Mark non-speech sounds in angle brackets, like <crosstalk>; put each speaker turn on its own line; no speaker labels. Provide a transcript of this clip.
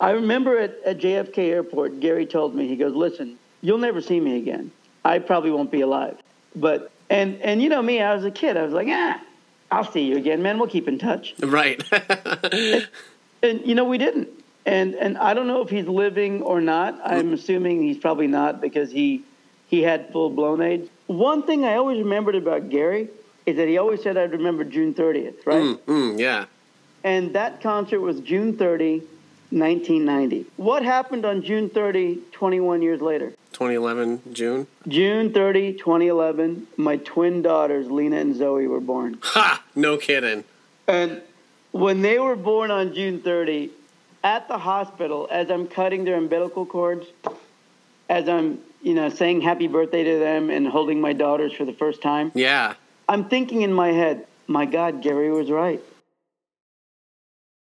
I remember at, at JFK Airport, Gary told me, he goes, listen, you'll never see me again. I probably won't be alive. But, and, and you know me, I was a kid. I was like, ah, I'll see you again, man. We'll keep in touch.
Right. <laughs>
And, you know, we didn't. And, and I don't know if he's living or not. I'm assuming he's probably not because he, he had full blown AIDS. One thing I always remembered about Gary is that he always said I'd remember June 30th, right?
Mm, yeah.
and that concert was June 30, 1990. What happened on June 30, 21 years later?
2011 June.
June 30, 2011, my twin daughters, Lena and Zoe, were born.
Ha! No kidding.
And when they were born on June 30, at the hospital, as I'm cutting their umbilical cords, as I'm, you know, saying happy birthday to them and holding my daughters for the first time,
Yeah.
I'm thinking in my head, my God, Gary was right.